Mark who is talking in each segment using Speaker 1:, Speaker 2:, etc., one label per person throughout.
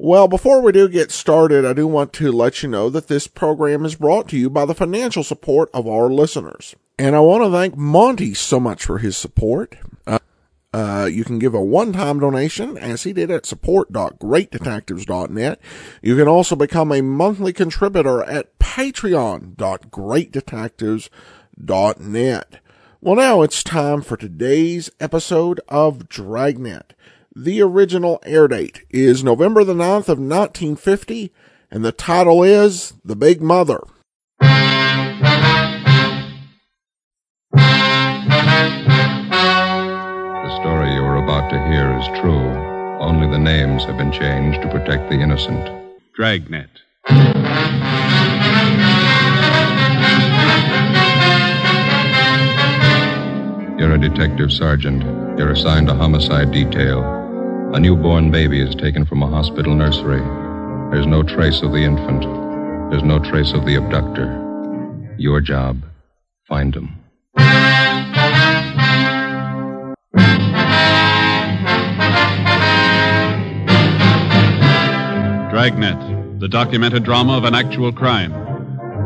Speaker 1: Well, before we do get started, I do want to let you know that this program is brought to you by the financial support of our listeners. And I want to thank Monty so much for his support. Uh, uh, you can give a one-time donation as he did at support.greatdetectives.net. You can also become a monthly contributor at patreon.greatdetectives.net. Well, now it's time for today's episode of Dragnet. The original air date is November the 9th of 1950, and the title is The Big Mother.
Speaker 2: The story you are about to hear is true. Only the names have been changed to protect the innocent.
Speaker 3: Dragnet.
Speaker 2: You're a detective sergeant. You're assigned a homicide detail. A newborn baby is taken from a hospital nursery. There's no trace of the infant. There's no trace of the abductor. Your job, find them.
Speaker 3: Dragnet, the documented drama of an actual crime.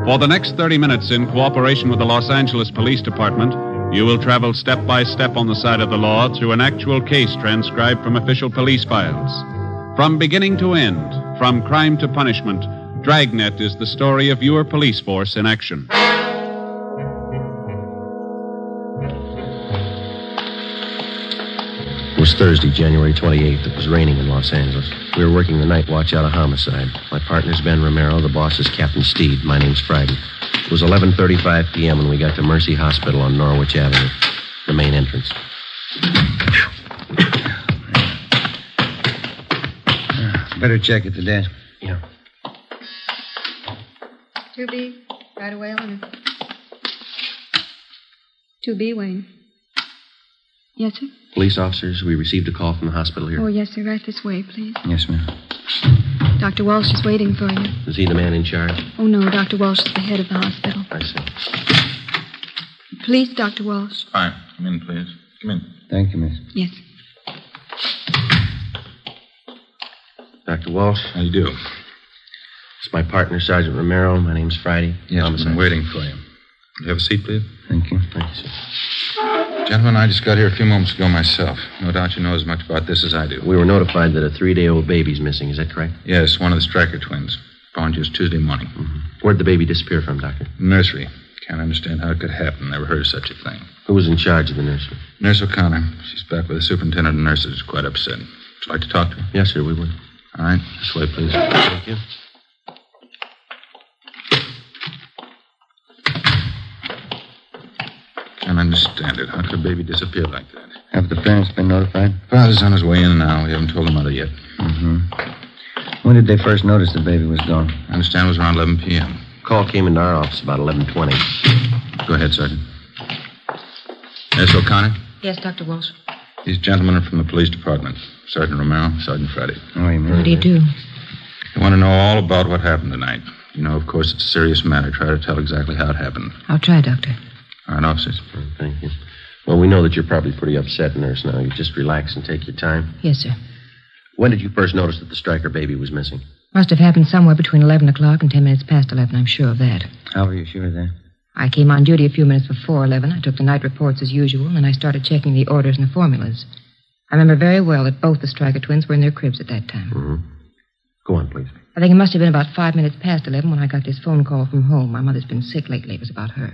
Speaker 3: For the next 30 minutes, in cooperation with the Los Angeles Police Department, you will travel step by step on the side of the law through an actual case transcribed from official police files. From beginning to end, from crime to punishment, Dragnet is the story of your police force in action.
Speaker 4: It was Thursday, January 28th. It was raining in Los Angeles. We were working the night watch out of homicide. My partner's Ben Romero. The boss is Captain Steed. My name's Friday. It was 11.35 p.m. when we got to Mercy Hospital on Norwich Avenue, the main entrance.
Speaker 5: Better check at the desk.
Speaker 4: Yeah.
Speaker 6: Two B, right away on her. Two B, Wayne. Yes, sir.
Speaker 4: Police officers, we received a call from the hospital here.
Speaker 6: Oh, yes, sir. Right this way, please.
Speaker 5: Yes, ma'am.
Speaker 6: Dr. Walsh is waiting for you.
Speaker 4: Is he the man in charge?
Speaker 6: Oh no, Dr. Walsh is the head of the hospital.
Speaker 4: I see.
Speaker 6: Please, Dr. Walsh.
Speaker 7: Fine. Come in, please. Come in.
Speaker 5: Thank you, miss.
Speaker 6: Yes.
Speaker 4: Dr. Walsh,
Speaker 7: How you do?
Speaker 4: it's my partner, Sergeant Romero. My name's Friday.
Speaker 7: Yes, I've
Speaker 4: Homicide.
Speaker 7: been waiting for you. Could you have a seat, please?
Speaker 5: Thank you.
Speaker 4: Thank you, sir.
Speaker 7: Gentlemen, I just got here a few moments ago myself. No doubt you know as much about this as I do.
Speaker 4: We were notified that a three-day-old baby's missing. Is that correct?
Speaker 7: Yes, one of the Stryker twins. Found just Tuesday morning.
Speaker 4: Mm-hmm. Where'd the baby disappear from, Doctor?
Speaker 7: Nursery. Can't understand how it could happen. Never heard of such a thing.
Speaker 4: Who was in charge of the nursery?
Speaker 7: Nurse O'Connor. She's back with the superintendent of nurses. Quite upset. Would you like to talk to her?
Speaker 4: Yes, sir, we would.
Speaker 7: All right. This way, please.
Speaker 4: Thank you.
Speaker 7: Can't understand it. How could a baby disappear like that?
Speaker 5: Have the parents been notified?
Speaker 7: Father's on his way in now. We haven't told the mother yet.
Speaker 5: Mm-hmm. When did they first notice the baby was gone?
Speaker 7: I understand it was around 11 p.m.
Speaker 4: Call came into our office about 11.20.
Speaker 7: Go ahead, Sergeant. Nurse O'Connor?
Speaker 8: Yes, Dr. Walsh.
Speaker 7: These gentlemen are from the police department. Sergeant Romero, Sergeant Friday.
Speaker 5: Oh, you mean?
Speaker 8: What do you do?
Speaker 7: They want to know all about what happened tonight. You know, of course, it's a serious matter. Try to tell exactly how it happened.
Speaker 8: I'll try, Doctor.
Speaker 7: All right, officers.
Speaker 4: Thank you. Well, we know that you're probably pretty upset, nurse, now. You just relax and take your time.
Speaker 8: Yes, sir.
Speaker 4: When did you first notice that the striker baby was missing?
Speaker 8: Must have happened somewhere between 11 o'clock and 10 minutes past 11, I'm sure of that.
Speaker 5: How are you sure of that?
Speaker 8: I came on duty a few minutes before 11. I took the night reports as usual, and I started checking the orders and the formulas. I remember very well that both the Stryker twins were in their cribs at that time.
Speaker 4: Mm-hmm. Go on, please.
Speaker 8: I think it must have been about five minutes past 11 when I got this phone call from home. My mother's been sick lately. It was about her.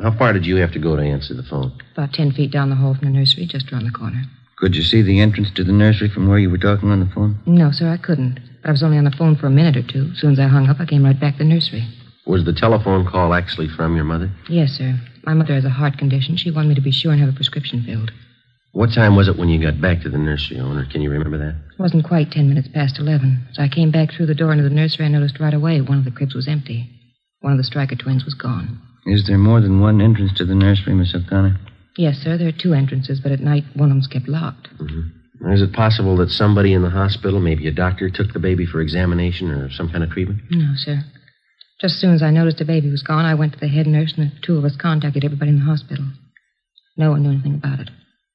Speaker 4: How far did you have to go to answer the phone?
Speaker 8: About 10 feet down the hall from the nursery, just around the corner.
Speaker 5: Could you see the entrance to the nursery from where you were talking on the phone?
Speaker 8: No, sir, I couldn't. But I was only on the phone for a minute or two. As soon as I hung up, I came right back to the nursery.
Speaker 4: Was the telephone call actually from your mother?
Speaker 8: Yes, sir. My mother has a heart condition. She wanted me to be sure and have a prescription filled.
Speaker 4: What time was it when you got back to the nursery owner? Can you remember that?
Speaker 8: It wasn't quite ten minutes past eleven. As I came back through the door into the nursery, I noticed right away one of the cribs was empty. One of the Stryker twins was gone.
Speaker 5: Is there more than one entrance to the nursery, Miss O'Connor?
Speaker 8: Yes, sir, there are two entrances, but at night one of them's kept locked.
Speaker 4: Is it possible that somebody in the hospital, maybe a doctor, took the baby for examination or some kind of treatment?
Speaker 8: No, sir. Just as soon as I noticed the baby was gone, I went to the head nurse, and the two of us contacted everybody in the hospital. No one knew anything about it.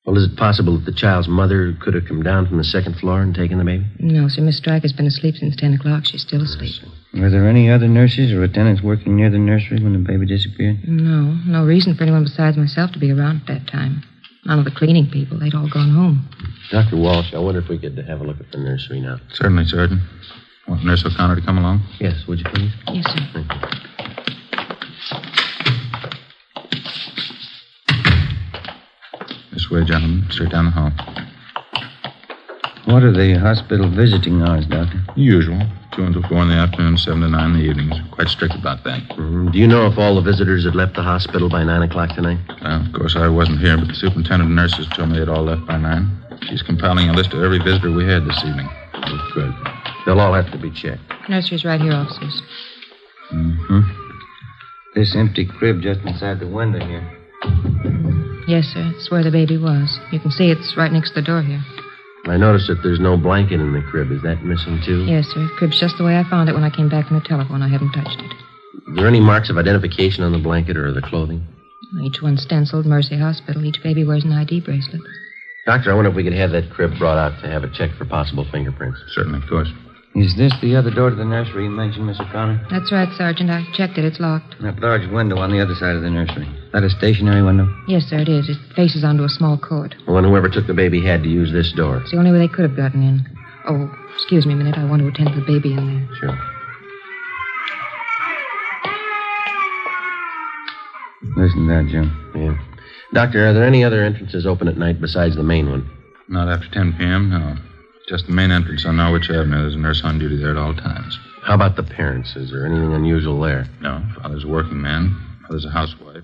Speaker 4: Well, is it possible that the child's mother could have come down from the second floor and taken the baby?
Speaker 8: No, sir. Miss Stryker's been asleep since 10 o'clock. She's still asleep.
Speaker 5: Were there any other nurses or attendants working near the nursery when the baby disappeared?
Speaker 8: No, no reason for anyone besides myself to be around at that time. None of the cleaning people. They'd all gone home.
Speaker 4: Dr. Walsh, I wonder if we could have a look at the nursery now.
Speaker 7: Certainly, Sergeant. Want Nurse O'Connor to come along?
Speaker 4: Yes, would you please?
Speaker 8: Yes, sir.
Speaker 7: This way, gentlemen. Straight down the hall.
Speaker 5: What are the hospital visiting hours, Doctor?
Speaker 7: Usual. Two until four in the afternoon, seven to nine in the evenings. Quite strict about that.
Speaker 4: Mm, Do you know if all the visitors had left the hospital by 9 o'clock tonight?
Speaker 7: Well, of course, I wasn't here, but the superintendent of nurses told me they'd all left by nine. She's compiling a list of every visitor we had this evening.
Speaker 4: Good. They'll all have to be checked.
Speaker 8: Nursery's right here, officers.
Speaker 5: This empty crib just inside the window here.
Speaker 8: Yes, sir. It's where the baby was. You can see it's right next to the door here.
Speaker 4: I noticed that there's no blanket in the crib. Is that missing, too?
Speaker 8: Yes, sir. Crib's just the way I found it when I came back from the telephone. I haven't touched it.
Speaker 4: Are there any marks of identification on the blanket or the clothing?
Speaker 8: Each one stenciled Mercy Hospital. Each baby wears an ID bracelet.
Speaker 4: Doctor, I wonder if we could have that crib brought out to have it checked for possible fingerprints.
Speaker 7: Certainly, of course.
Speaker 5: Is this the other door to the nursery you mentioned, Miss O'Connor?
Speaker 8: That's right, Sergeant. I checked it. It's locked.
Speaker 5: That large window on the other side of the nursery. That a stationary window?
Speaker 8: Yes, sir, it is. It faces onto a small court.
Speaker 4: Well, then whoever took the baby had to use this door.
Speaker 8: It's the only way they could have gotten in. Oh, excuse me a minute. I want to attend to the baby in there.
Speaker 4: Sure.
Speaker 5: Listen to that, Jim.
Speaker 4: Yeah. Doctor, are there any other entrances open at night besides the main one?
Speaker 7: Not after 10 p.m., no. Just the main entrance on Norwich Avenue. There's a nurse on duty there at all times.
Speaker 4: How about the parents? Is there anything unusual there?
Speaker 7: No, father's a working man, mother's a housewife.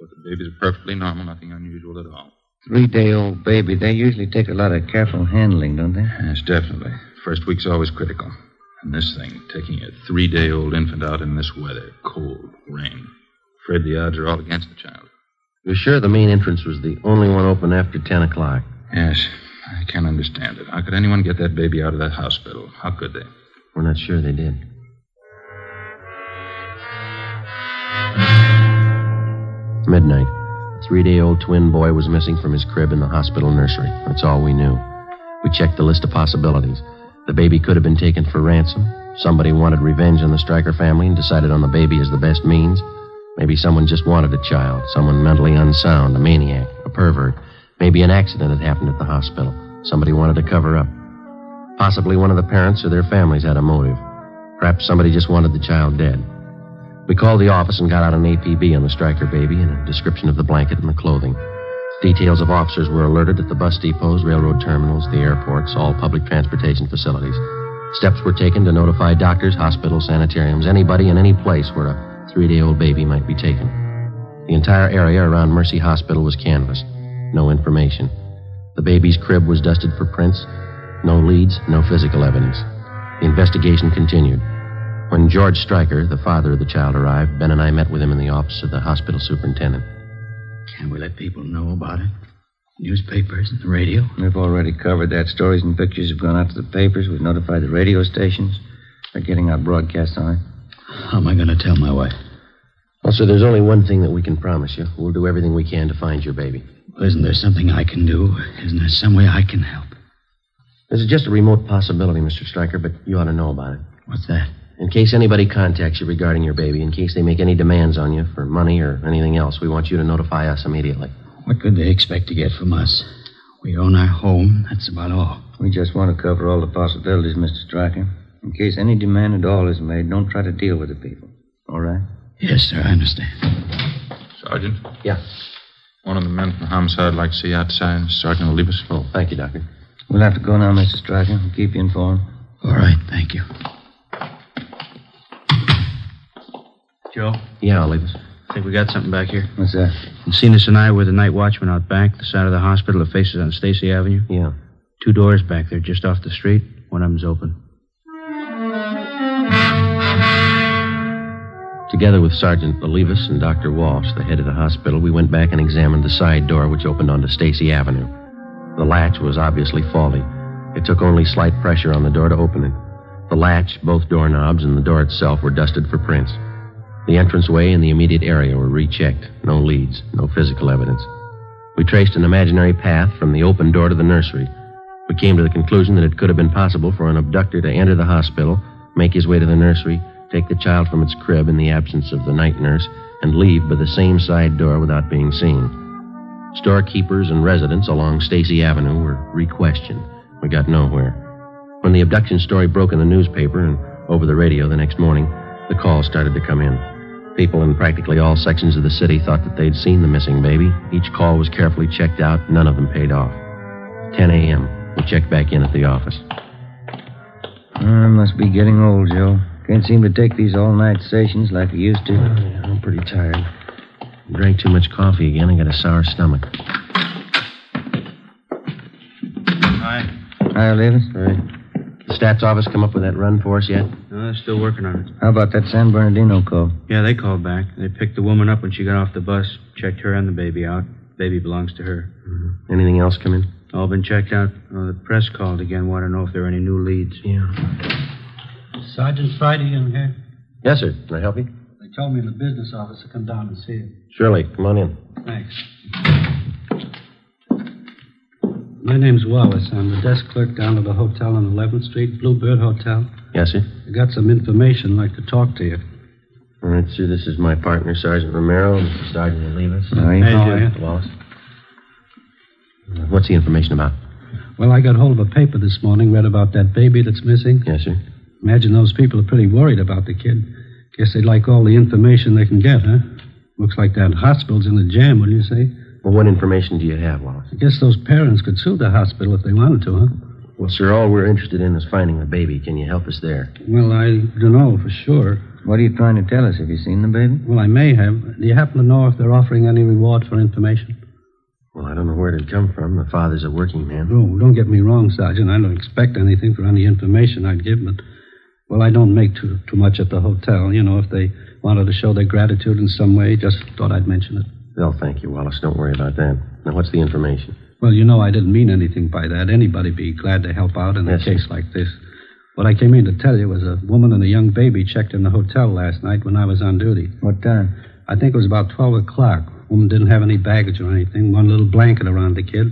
Speaker 7: Both the babies are perfectly normal, nothing unusual at all.
Speaker 5: Three day old baby. They usually take a lot of careful handling, don't they?
Speaker 7: Yes, definitely. First week's always critical. And this thing, taking a three day old infant out in this weather, cold, rain. Afraid the odds are all against the child.
Speaker 4: You're sure the main entrance was the only one open after 10 o'clock?
Speaker 7: Yes, I can't understand it. How could anyone get that baby out of that hospital? How could they?
Speaker 4: We're not sure they did. Midnight. Three day old twin boy was missing from his crib in the hospital nursery. That's all we knew. We checked the list of possibilities. The baby could have been taken for ransom. Somebody wanted revenge on the Stryker family and decided on the baby as the best means. Maybe someone just wanted a child, someone mentally unsound, a maniac, a pervert. Maybe an accident had happened at the hospital. Somebody wanted to cover up. Possibly one of the parents or their families had a motive. Perhaps somebody just wanted the child dead. We called the office and got out an APB on the striker baby and a description of the blanket and the clothing. Details of officers were alerted at the bus depots, railroad terminals, the airports, all public transportation facilities. Steps were taken to notify doctors, hospitals, sanitariums, anybody in any place where a three day old baby might be taken. The entire area around Mercy Hospital was canvassed. No information. The baby's crib was dusted for prints. No leads, no physical evidence. The investigation continued. When George Stryker, the father of the child, arrived, Ben and I met with him in the office of the hospital superintendent.
Speaker 9: Can we let people know about it? Newspapers and the radio?
Speaker 5: We've already covered that. Stories and pictures have gone out to the papers. We've notified the radio stations. They're getting our broadcast on it.
Speaker 9: How am I going to tell my wife?
Speaker 4: Also, there's only one thing that we can promise you. We'll do everything we can to find your baby.
Speaker 9: Well, isn't there something I can do? Isn't there some way I can help?
Speaker 4: This is just a remote possibility, Mr. Stryker, but you ought to know about it.
Speaker 9: What's that?
Speaker 4: In case anybody contacts you regarding your baby, in case they make any demands on you for money or anything else, we want you to notify us immediately.
Speaker 9: What could they expect to get from us? We own our home. That's about all.
Speaker 5: We just want to cover all the possibilities, Mr. Stryker. In case any demand at all is made, don't try to deal with the people. All right?
Speaker 9: Yes, sir, I understand.
Speaker 7: Sergeant,
Speaker 4: Yeah.
Speaker 7: one of the men from homicide would like to see you outside. Sergeant will leave us full.
Speaker 4: Thank you, Doctor.
Speaker 5: We'll have to go now, Mr. Stryker. We'll keep you informed.
Speaker 9: All right, thank you. Joe,
Speaker 4: Yeah, I'll leave us.
Speaker 9: think we got something back here.
Speaker 5: What's that?
Speaker 9: Encinas and I were the night watchman out back, the side of the hospital that faces on Stacy Avenue.
Speaker 4: Yeah.
Speaker 9: Two doors back there, just off the street. One of them's open.
Speaker 4: Together with Sergeant Olivas and Dr. Walsh, the head of the hospital, we went back and examined the side door which opened onto Stacy Avenue. The latch was obviously faulty. It took only slight pressure on the door to open it. The latch, both doorknobs, and the door itself were dusted for prints. The entranceway and the immediate area were rechecked. No leads, no physical evidence. We traced an imaginary path from the open door to the nursery. We came to the conclusion that it could have been possible for an abductor to enter the hospital, make his way to the nursery, take the child from its crib in the absence of the night nurse, and leave by the same side door without being seen. Storekeepers and residents along Stacy Avenue were re-questioned. We got nowhere. When the abduction story broke in the newspaper and over the radio the next morning, the calls started to come in. People in practically all sections of the city thought that they'd seen the missing baby. Each call was carefully checked out, none of them paid off. 10 a.m. We checked back in at the office.
Speaker 5: I must be getting old, Joe. Can't seem to take these all night sessions like I used to.
Speaker 4: Oh, I'm pretty tired. Drank too much coffee again. I got a sour stomach.
Speaker 9: Hi.
Speaker 5: Hi, Levis.
Speaker 4: Right. The stats office come up with that run for us yet?
Speaker 9: No, they're still working on it.
Speaker 5: How about that San Bernardino call?
Speaker 9: Yeah, they called back. They picked the woman up when she got off the bus, checked her and the baby out. Baby belongs to her.
Speaker 4: Mm-hmm. Anything else come in?
Speaker 9: All been checked out. Uh, the press called again. Want to know if there are any new leads.
Speaker 4: Yeah.
Speaker 10: Sergeant Friday in here.
Speaker 4: Yes, sir. Can I help you?
Speaker 10: They told me in the business office to come down and see you.
Speaker 4: Surely. Come on in.
Speaker 10: Thanks. My name's Wallace. I'm the desk clerk down at the hotel on 11th Street, Bluebird Hotel.
Speaker 4: Yes, sir.
Speaker 10: I got some information. I'd like to talk to you.
Speaker 4: All right, sir. This is my partner, Sergeant Romero, and Sergeant Olivas.
Speaker 5: How are you?
Speaker 10: How are you?
Speaker 4: Wallace. What's the information about?
Speaker 10: Well, I got hold of a paper this morning, read about that baby that's missing.
Speaker 4: Yes, sir.
Speaker 10: Imagine those people are pretty worried about the kid. Guess they'd like all the information they can get, huh? Looks like that hospital's in a jam, wouldn't you say?
Speaker 4: Well, what information do you have, Wallace?
Speaker 10: I guess those parents could sue the hospital if they wanted to, huh?
Speaker 4: Well, sir, all we're interested in is finding the baby. Can you help us there?
Speaker 10: Well, I don't know for sure.
Speaker 5: What are you trying to tell us? Have you seen the baby?
Speaker 10: Well, I may have. Do you happen to know if they're offering any reward for information?
Speaker 4: Well, I don't know where it come from. The father's a working man.
Speaker 10: Oh, don't get me wrong, Sergeant. I don't expect anything for any information I'd give, but well, I don't make too too much at the hotel. You know, if they wanted to show their gratitude in some way, just thought I'd mention it.
Speaker 4: They'll thank you, Wallace. Don't worry about that. Now, what's the information?
Speaker 10: Well, you know, I didn't mean anything by that. Anybody'd be glad to help out in a
Speaker 4: Yes, sir.
Speaker 10: case like this. What I came in to tell you was a woman and a young baby checked in the hotel last night when I was on duty.
Speaker 5: What time?
Speaker 10: I think it was about 12 o'clock. Woman didn't have any baggage or anything, one little blanket around the kid.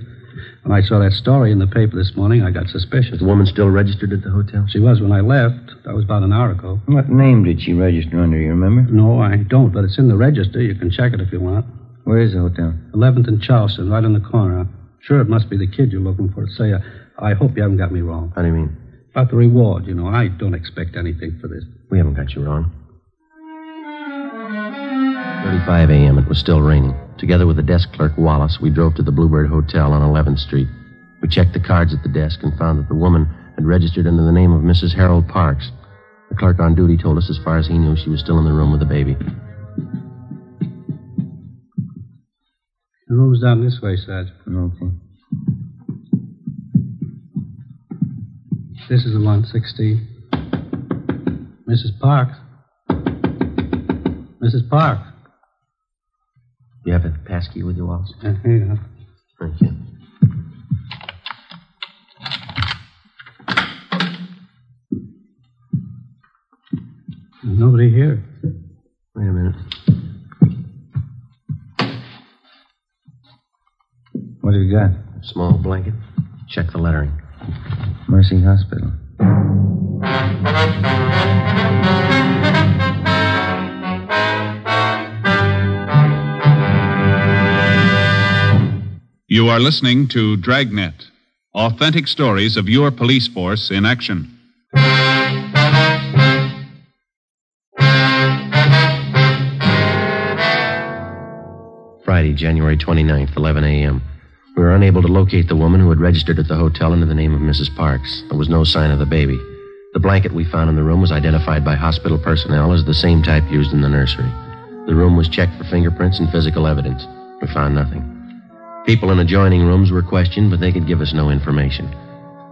Speaker 10: When I saw that story in the paper this morning, I got
Speaker 4: Is
Speaker 10: suspicious.
Speaker 4: the woman still registered at the hotel?
Speaker 10: She was when I left. That was about an hour ago.
Speaker 5: What name did she register under, you remember?
Speaker 10: No, I don't, but it's in the register. You can check it if you want.
Speaker 5: Where is the hotel?
Speaker 10: 11th and Charleston, right in the corner. Sure, it must be the kid you're looking for. Say, uh, I hope you haven't got me wrong.
Speaker 4: How do you mean?
Speaker 10: About the reward, you know, I don't expect anything for this.
Speaker 4: We haven't got you wrong. 35 a.m. It was still raining. Together with the desk clerk, Wallace, we drove to the Bluebird Hotel on 11th Street. We checked the cards at the desk and found that the woman had registered under the name of Mrs. Harold Parks. The clerk on duty told us, as far as he knew, she was still in the room with the baby.
Speaker 10: The room's down this way, Sergeant.
Speaker 5: Okay.
Speaker 10: This is the one, 16. Mrs. Parks. Mrs. Parks.
Speaker 4: You have a passkey with you, Wallace?
Speaker 10: Uh, here you are.
Speaker 4: Thank you.
Speaker 10: There's nobody here.
Speaker 4: Wait a minute.
Speaker 5: What have you got?
Speaker 4: Small blanket. Check the lettering.
Speaker 5: Mercy Hospital.
Speaker 3: You are listening to Dragnet, authentic stories of your police force in action.
Speaker 4: Friday, January 29th, 11 a.m. We were unable to locate the woman who had registered at the hotel under the name of Mrs. Parks. There was no sign of the baby. The blanket we found in the room was identified by hospital personnel as the same type used in the nursery. The room was checked for fingerprints and physical evidence. We found nothing. People in adjoining rooms were questioned, but they could give us no information.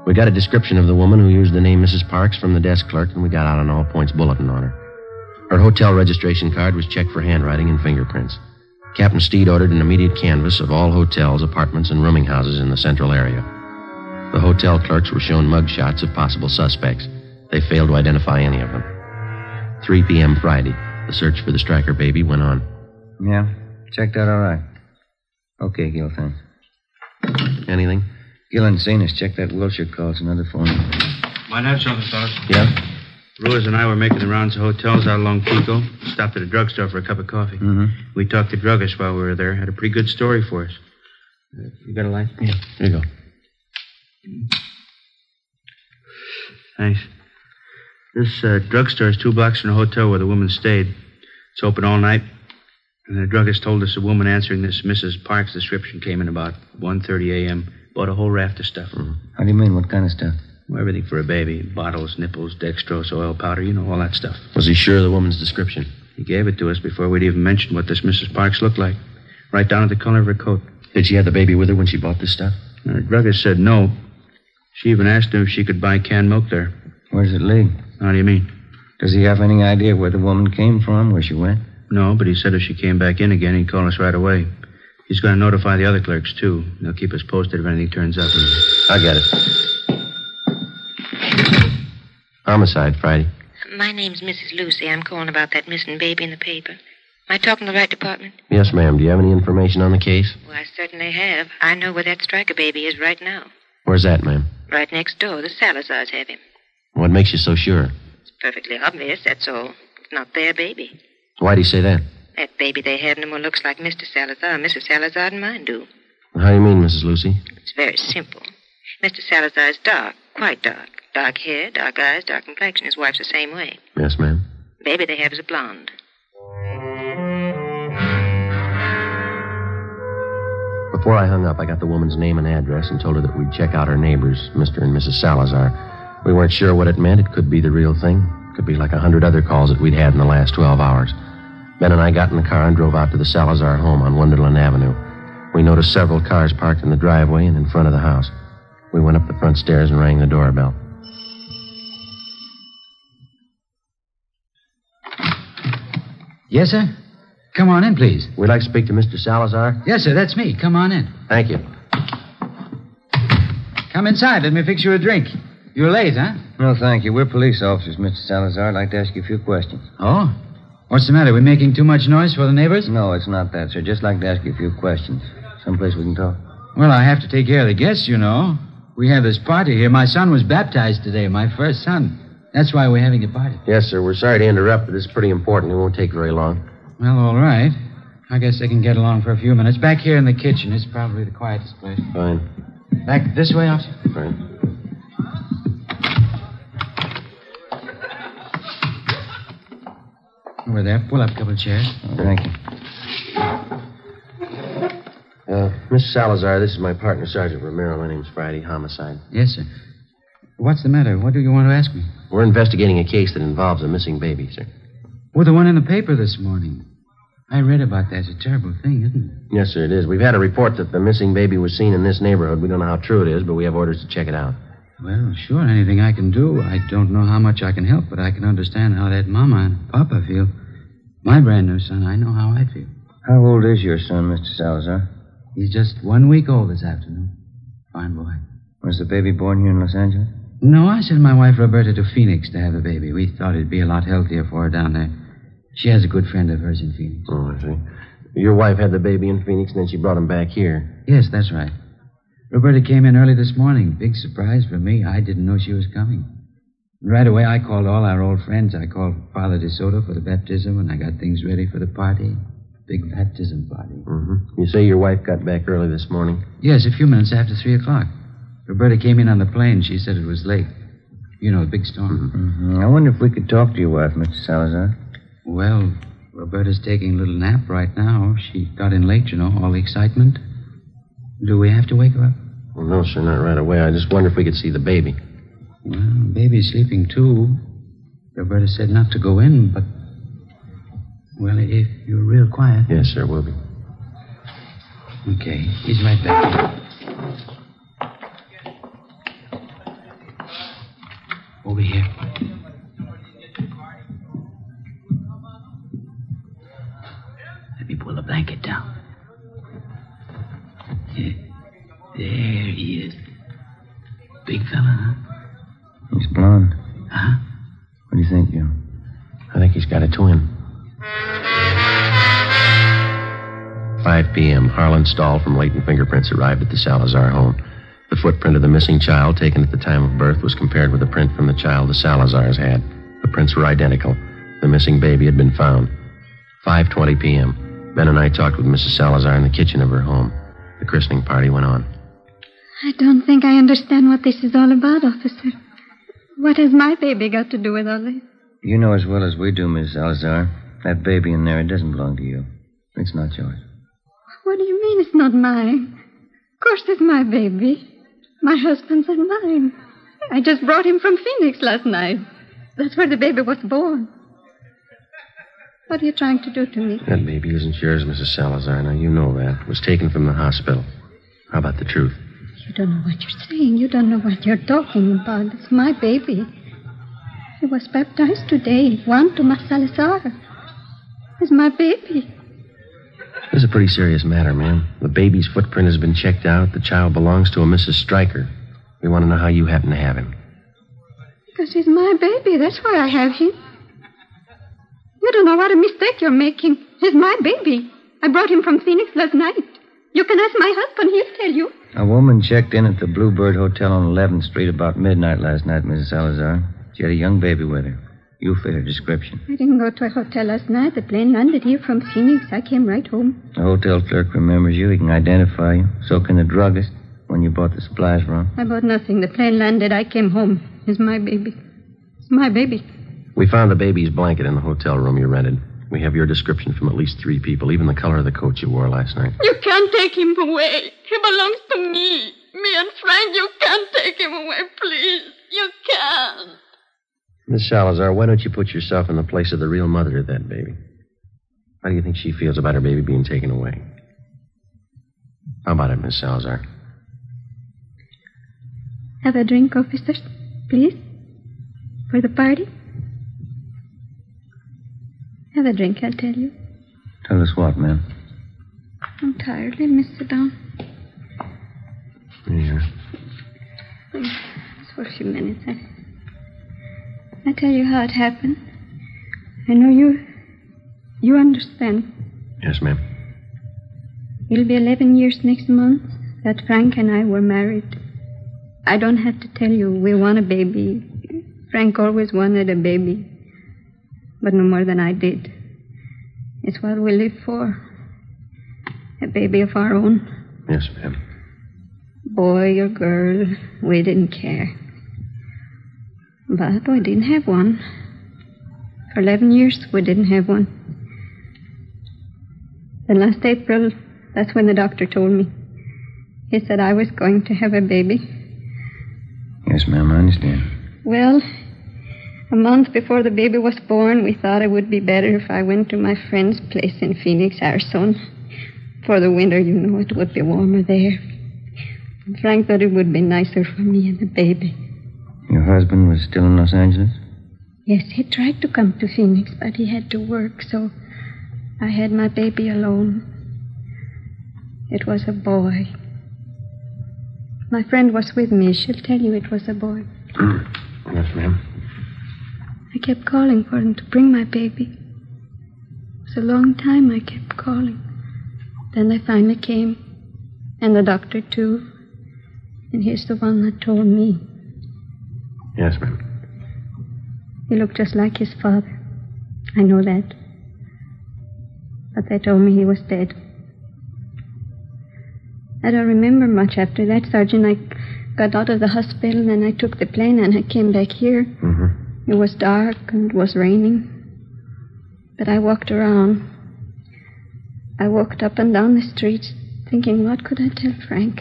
Speaker 4: We got a description of the woman who used the name Mrs. Parks from the desk clerk, and we got out an all points bulletin on her. Her hotel registration card was checked for handwriting and fingerprints. Captain Steed ordered an immediate canvass of all hotels, apartments, and rooming houses in the central area. The hotel clerks were shown mugshots of possible suspects. They failed to identify any of them. 3 p.m. Friday, the search for the Striker baby went on.
Speaker 5: Yeah, checked out all right. Okay, Gil, thanks.
Speaker 4: Anything?
Speaker 5: Gil and Zenas, check that Wilshire call. It's another phone.
Speaker 9: Might have something, fellas.
Speaker 5: Yeah?
Speaker 9: Ruiz and I were making the rounds of hotels out along Pico. Stopped at a drugstore for a cup of coffee.
Speaker 5: Mm-hmm.
Speaker 9: We talked to druggists while we were there. Had a pretty good story for us. Uh, You got a light?
Speaker 4: Yeah, here you go.
Speaker 9: Thanks. This uh, drugstore is two blocks from the hotel where the woman stayed. It's open all night. And the druggist told us the woman answering this Mrs. Parks description came in about 1.30 a.m. Bought a whole raft of stuff.
Speaker 4: Mm-hmm.
Speaker 5: How do you mean? What kind of stuff?
Speaker 9: Well, everything for a baby. Bottles, nipples, dextrose, oil powder, you know, all that stuff.
Speaker 4: Was he sure of the woman's description?
Speaker 9: He gave it to us before we'd even mentioned what this Mrs. Parks looked like. Right down to the color of her coat.
Speaker 4: Did she have the baby with her when she bought this stuff?
Speaker 9: And the druggist said no. She even asked him if she could buy canned milk there.
Speaker 5: Where does it lead?
Speaker 9: How do you mean?
Speaker 5: Does he have any idea where the woman came from, where she went?
Speaker 9: No, but he said if she came back in again, he'd call us right away. He's going to notify the other clerks, too. They'll keep us posted if anything turns up.
Speaker 4: I got it. Homicide Friday.
Speaker 8: My name's Mrs. Lucy. I'm calling about that missing baby in the paper. Am I talking to the right department?
Speaker 4: Yes, ma'am. Do you have any information on the case?
Speaker 8: Well, I certainly have. I know where that striker baby is right now.
Speaker 4: Where's that, ma'am?
Speaker 8: Right next door. The Salazars have him.
Speaker 4: What makes you so sure?
Speaker 8: It's perfectly obvious, that's all. It's not their baby.
Speaker 4: Why'd he say that?
Speaker 8: That baby they have no more looks like Mr. Salazar, Mrs. Salazar, and mine do.
Speaker 4: How do you mean, Mrs. Lucy?
Speaker 8: It's very simple. Mr. Salazar's dark, quite dark. Dark hair, dark eyes, dark complexion. His wife's the same way.
Speaker 4: Yes, ma'am.
Speaker 8: Baby they have is a blonde.
Speaker 4: Before I hung up, I got the woman's name and address and told her that we'd check out her neighbors, Mr. and Mrs. Salazar. We weren't sure what it meant. It could be the real thing. It could be like a hundred other calls that we'd had in the last 12 hours. Ben and I got in the car and drove out to the Salazar home on Wonderland Avenue. We noticed several cars parked in the driveway and in front of the house. We went up the front stairs and rang the doorbell.
Speaker 11: Yes, sir? Come on in, please.
Speaker 4: We'd like to speak to Mr. Salazar.
Speaker 11: Yes, sir, that's me. Come on in.
Speaker 4: Thank you.
Speaker 11: Come inside. Let me fix you a drink. You're late, huh?
Speaker 5: No, thank you. We're police officers, Mr. Salazar. I'd like to ask you a few questions.
Speaker 11: Oh? What's the matter? We making too much noise for the neighbors?
Speaker 5: No, it's not that, sir. Just like to ask you a few questions. Someplace we can talk.
Speaker 11: Well, I have to take care of the guests, you know. We have this party here. My son was baptized today, my first son. That's why we're having a party.
Speaker 4: Yes, sir. We're sorry to interrupt, but it's pretty important. It won't take very long.
Speaker 11: Well, all right. I guess I can get along for a few minutes. Back here in the kitchen. It's probably the quietest place.
Speaker 4: Fine.
Speaker 11: Back this way, officer.
Speaker 4: Fine.
Speaker 11: Over there. Pull up a couple of chairs.
Speaker 5: Thank you.
Speaker 4: Uh, Miss Salazar, this is my partner, Sergeant Romero. My name's Friday. Homicide.
Speaker 11: Yes, sir. What's the matter? What do you want to ask me?
Speaker 4: We're investigating a case that involves a missing baby, sir.
Speaker 11: Well, the one in the paper this morning. I read about that. It's a terrible thing, isn't it?
Speaker 4: Yes, sir, it is. We've had a report that the missing baby was seen in this neighborhood. We don't know how true it is, but we have orders to check it out.
Speaker 11: Well, sure, anything I can do. I don't know how much I can help, but I can understand how that mama and papa feel. My brand new son, I know how I'd feel.
Speaker 5: How old is your son, Mr. Salazar?
Speaker 11: He's just one week old this afternoon. Fine boy.
Speaker 5: Was the baby born here in Los Angeles?
Speaker 11: No, I sent my wife Roberta to Phoenix to have the baby. We thought it'd be a lot healthier for her down there. She has a good friend of hers in Phoenix.
Speaker 4: Oh, I see. Your wife had the baby in Phoenix, and then she brought him back here.
Speaker 11: Yes, that's right. Roberta came in early this morning. Big surprise for me. I didn't know she was coming. Right away, I called all our old friends. I called Father De Soto for the baptism, and I got things ready for the party. Big baptism party.
Speaker 4: Mm-hmm. You say your wife got back early this morning.
Speaker 11: Yes, a few minutes after three o'clock. Roberta came in on the plane. She said it was late. You know, a big storm.
Speaker 5: Mm, I wonder if we could talk to your wife, Mr. Salazar.
Speaker 11: Well, Roberta's taking a little nap right now. She got in late, you know, all the excitement. Do we have to wake her up?
Speaker 4: Well, no, sir, not right away. I just wonder if we could see the baby.
Speaker 11: Well, baby's sleeping too. Roberta said not to go in, but. Well, if you're real quiet.
Speaker 4: Yes, sir, will be.
Speaker 11: Okay, he's right back. Over here.
Speaker 12: There he is. Big fella, huh?
Speaker 5: He's blonde.
Speaker 12: Huh?
Speaker 11: Uh-huh.
Speaker 5: What do you think, Joe?
Speaker 4: I think he's got a twin. 5 p.m., Harlan Stahl from Leighton Fingerprints arrived at the Salazar home. The footprint of the missing child taken at the time of birth was compared with the print from the child the Salazars had. The prints were identical. The missing baby had been found. 5:20 p.m. Ben and I talked with Mrs. Salazar in the kitchen of her home. The christening party went on.
Speaker 6: I don't think I understand what this is all about, officer. What has my baby got to do with all this?
Speaker 5: You know as well as we do, Miss Salazar. That baby in there, it doesn't belong to you. It's not yours.
Speaker 6: What do you mean it's not mine? Of course it's my baby. My husband's and mine. I just brought him from Phoenix last night. That's where the baby was born. What are you trying to do to me?
Speaker 4: That baby isn't yours, Mrs. Salazar. Now, you know that. It was taken from the hospital. How about the truth?
Speaker 6: You don't know what you're saying. You don't know what you're talking about. It's my baby. He was baptized today, Juan Tomas Salazar. It's my baby.
Speaker 4: This is a pretty serious matter, ma'am. The baby's footprint has been checked out. The child belongs to a Mrs. Stryker. We want to know how you happen to have him.
Speaker 6: Because he's my baby. That's why I have him. You don't know what a mistake you're making. He's my baby. I brought him from Phoenix last night. You can ask my husband. He'll tell you.
Speaker 5: A woman checked in at the Bluebird Hotel on 11th Street about midnight last night, Mrs. Salazar. She had a young baby with her. You fit her description.
Speaker 6: I didn't go to a hotel last night. The plane landed here from Phoenix. I came right home.
Speaker 5: The hotel clerk remembers you. He can identify you. So can the druggist when you bought the supplies from.
Speaker 6: I bought nothing. The plane landed. I came home. It's my baby. It's my baby.
Speaker 4: We found the baby's blanket in the hotel room you rented. We have your description from at least three people, even the color of the coat you wore last night.
Speaker 13: You can't take him away. He belongs to me. Me and Frank, you can't take him away, please. You can't.
Speaker 4: Miss Salazar, why don't you put yourself in the place of the real mother of that baby? How do you think she feels about her baby being taken away? How about it, Miss Salazar?
Speaker 6: Have a drink, officers, please. For the party. Have a drink, I'll tell you.
Speaker 5: Tell us what, ma'am.
Speaker 6: I'm tired. Let me sit down.
Speaker 4: Yeah.
Speaker 6: Just for a few minutes. I, I tell you how it happened. I know you. You understand.
Speaker 4: Yes, ma'am.
Speaker 6: It'll be 11 years next month that Frank and I were married. I don't have to tell you, we want a baby. Frank always wanted a baby, but no more than I did. It's what we live for a baby of our own,
Speaker 4: Yes, ma'am.
Speaker 6: boy or girl, we didn't care. But we didn't have one. For 11 years, we didn't have one. Then last April, that's when the doctor told me. He said I was going to have a baby.
Speaker 5: Yes, ma'am, I understand.
Speaker 6: Well, a month before the baby was born, we thought it would be better if I went to my friend's place in Phoenix, Arizona. For the winter, you know, it would be warmer there. And Frank thought it would be nicer for me and the baby.
Speaker 5: Your husband was still in Los Angeles?
Speaker 6: Yes, he tried to come to Phoenix, but he had to work, so I had my baby alone. It was a boy. My friend was with me. She'll tell you it was a boy.
Speaker 4: Yes, ma'am.
Speaker 6: I kept calling for him to bring my baby. It was a long time I kept calling. Then they finally came, and the doctor too. And he's the one that told me.
Speaker 4: Yes, ma'am.
Speaker 6: He looked just like his father. I know that. But they told me he was dead. I don't remember much after that, Sergeant. I got out of the hospital, then I took the plane and I came back here.
Speaker 4: Mm-hmm.
Speaker 6: It was dark and it was raining. But I walked around. I walked up and down the street thinking, what could I tell Frank?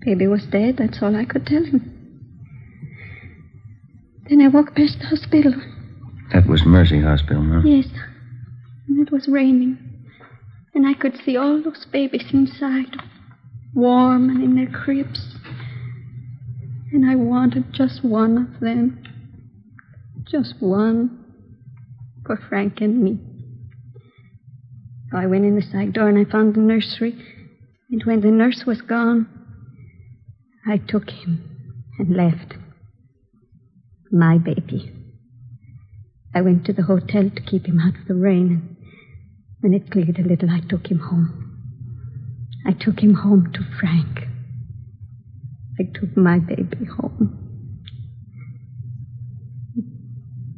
Speaker 6: Baby was dead, that's all I could tell him. Then I walked past the hospital.
Speaker 5: That was Mercy Hospital, huh?
Speaker 6: Yes. And it was raining. And I could see all those babies inside, warm and in their cribs. And I wanted just one of them. Just one for Frank and me. So I went in the side door and I found the nursery. And when the nurse was gone, I took him and left. My baby. I went to the hotel to keep him out of the rain. When it cleared a little, I took him home. I took him home to Frank. I took my baby home.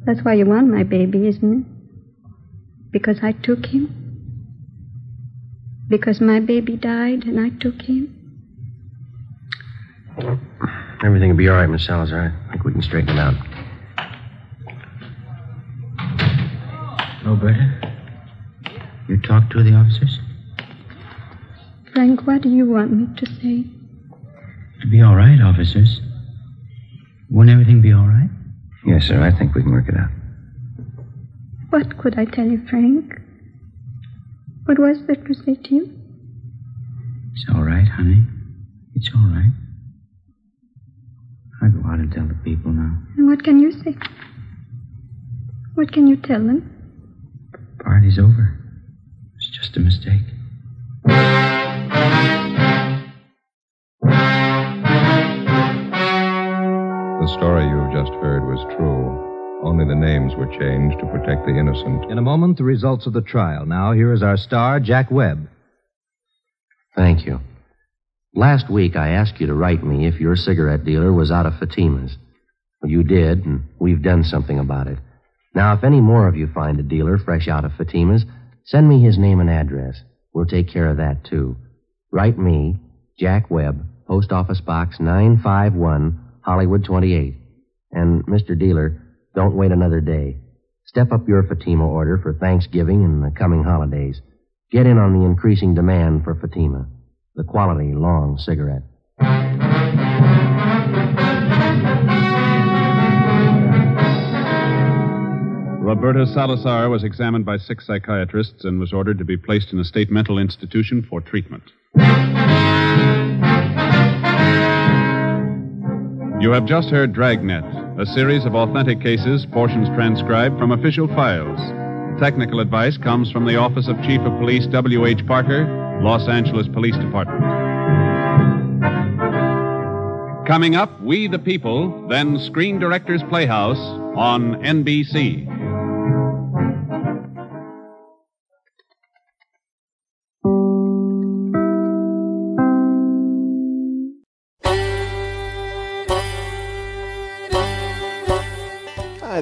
Speaker 6: That's why you want my baby, isn't it? Because I took him? Because my baby died and I took him?
Speaker 4: Everything will be all right, Miss Salazar. I think we can straighten it out.
Speaker 5: Roberta? You talked to the officers?
Speaker 6: Frank, what do you want me to say?
Speaker 5: It'll be all right, officers. Won't everything be all right?
Speaker 4: Yes, sir. I think we can work it out.
Speaker 6: What could I tell you, Frank? What was there to say to you?
Speaker 5: It's all right, honey. It's all right. I'll go out and tell the people now.
Speaker 6: And what can you say? What can you tell them?
Speaker 5: Party's over. It's just a mistake.
Speaker 2: The story you've just heard was true. Only the names were changed to protect the innocent.
Speaker 14: In a moment, the results of the trial. Now, here is our star, Jack Webb.
Speaker 4: Thank you. Last week, I asked you to write me if your cigarette dealer was out of Fatima's. Well, you did, and we've done something about it. Now, if any more of you find a dealer fresh out of Fatima's, send me his name and address. We'll take care of that, too. Write me, Jack Webb, Post Office Box 951, Hollywood 28. And, Mr. Dealer, don't wait another day. Step up your Fatima order for Thanksgiving and the coming holidays. Get in on the increasing demand for Fatima, the quality long cigarette.
Speaker 3: Roberta Salazar was examined by six psychiatrists and was ordered to be placed in a state mental institution for treatment. You have just heard Dragnet, a series of authentic cases, portions transcribed from official files. Technical advice comes from the Office of Chief of Police W.H. Parker, Los Angeles Police Department. Coming up, We the People, then Screen Directors Playhouse on NBC.
Speaker 15: Hi,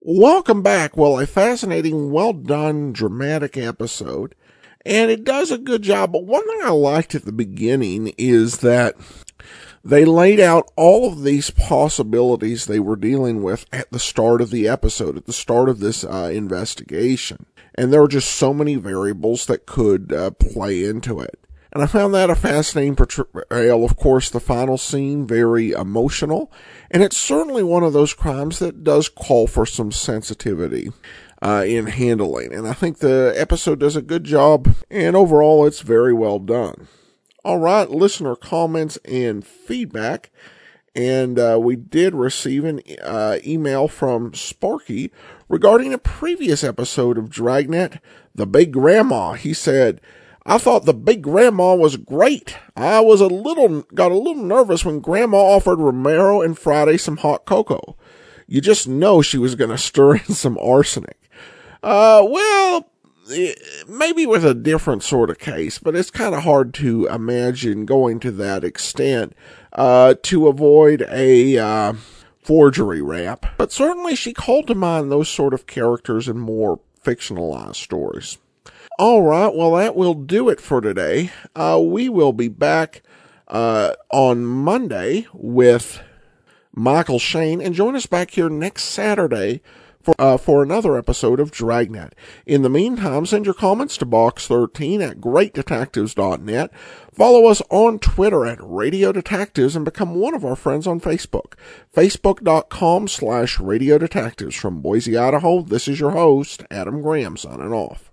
Speaker 1: Welcome back. Well, a fascinating, well done, dramatic episode. And it does a good job. But one thing I liked at the beginning is that they laid out all of these possibilities they were dealing with at the start of the episode, at the start of this uh, investigation. And there were just so many variables that could uh, play into it. And I found that a fascinating portrayal. Of course, the final scene, very emotional. And it's certainly one of those crimes that does call for some sensitivity uh, in handling. And I think the episode does a good job. And overall, it's very well done. All right, listener comments and feedback. And uh, we did receive an uh, email from Sparky regarding a previous episode of Dragnet, The Big Grandma. He said, I thought The Big Grandma was great. I was a little, got a little nervous when Grandma offered Romero and Friday some hot cocoa. You just know she was going to stir in some arsenic. Uh, well, maybe with a different sort of case, but it's kind of hard to imagine going to that extent uh, to avoid a uh, forgery rap. But certainly she called to mind those sort of characters in more fictionalized stories. All right, well, that will do it for today. Uh, we will be back uh, on Monday with Michael Shane, and join us back here next Saturday for, uh, for another episode of Dragnet. In the meantime, send your comments to Box13 at GreatDetectives.net. Follow us on Twitter at Radio Detectives and become one of our friends on Facebook. Facebook.com slash Radio Detectives. From Boise, Idaho, this is your host, Adam Graham, signing off.